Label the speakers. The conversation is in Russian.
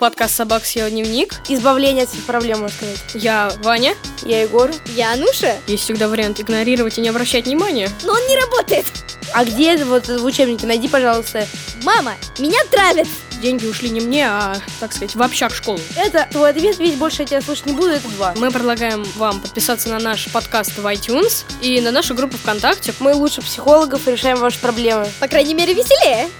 Speaker 1: подкаст «Собак съел дневник».
Speaker 2: Избавление от всех проблем, можно сказать.
Speaker 1: Я Ваня.
Speaker 2: Я Егор.
Speaker 3: Я Ануша.
Speaker 1: Есть всегда вариант игнорировать и не обращать внимания.
Speaker 3: Но он не работает.
Speaker 2: А где это вот в учебнике? Найди, пожалуйста.
Speaker 3: Мама, меня травят.
Speaker 1: Деньги ушли не мне, а, так сказать, в общак школу.
Speaker 2: Это твой ответ, ведь больше я тебя слушать не буду, это два.
Speaker 1: Мы предлагаем вам подписаться на наш подкаст в iTunes и на нашу группу ВКонтакте.
Speaker 2: Мы лучше психологов решаем ваши проблемы.
Speaker 3: По крайней мере, веселее.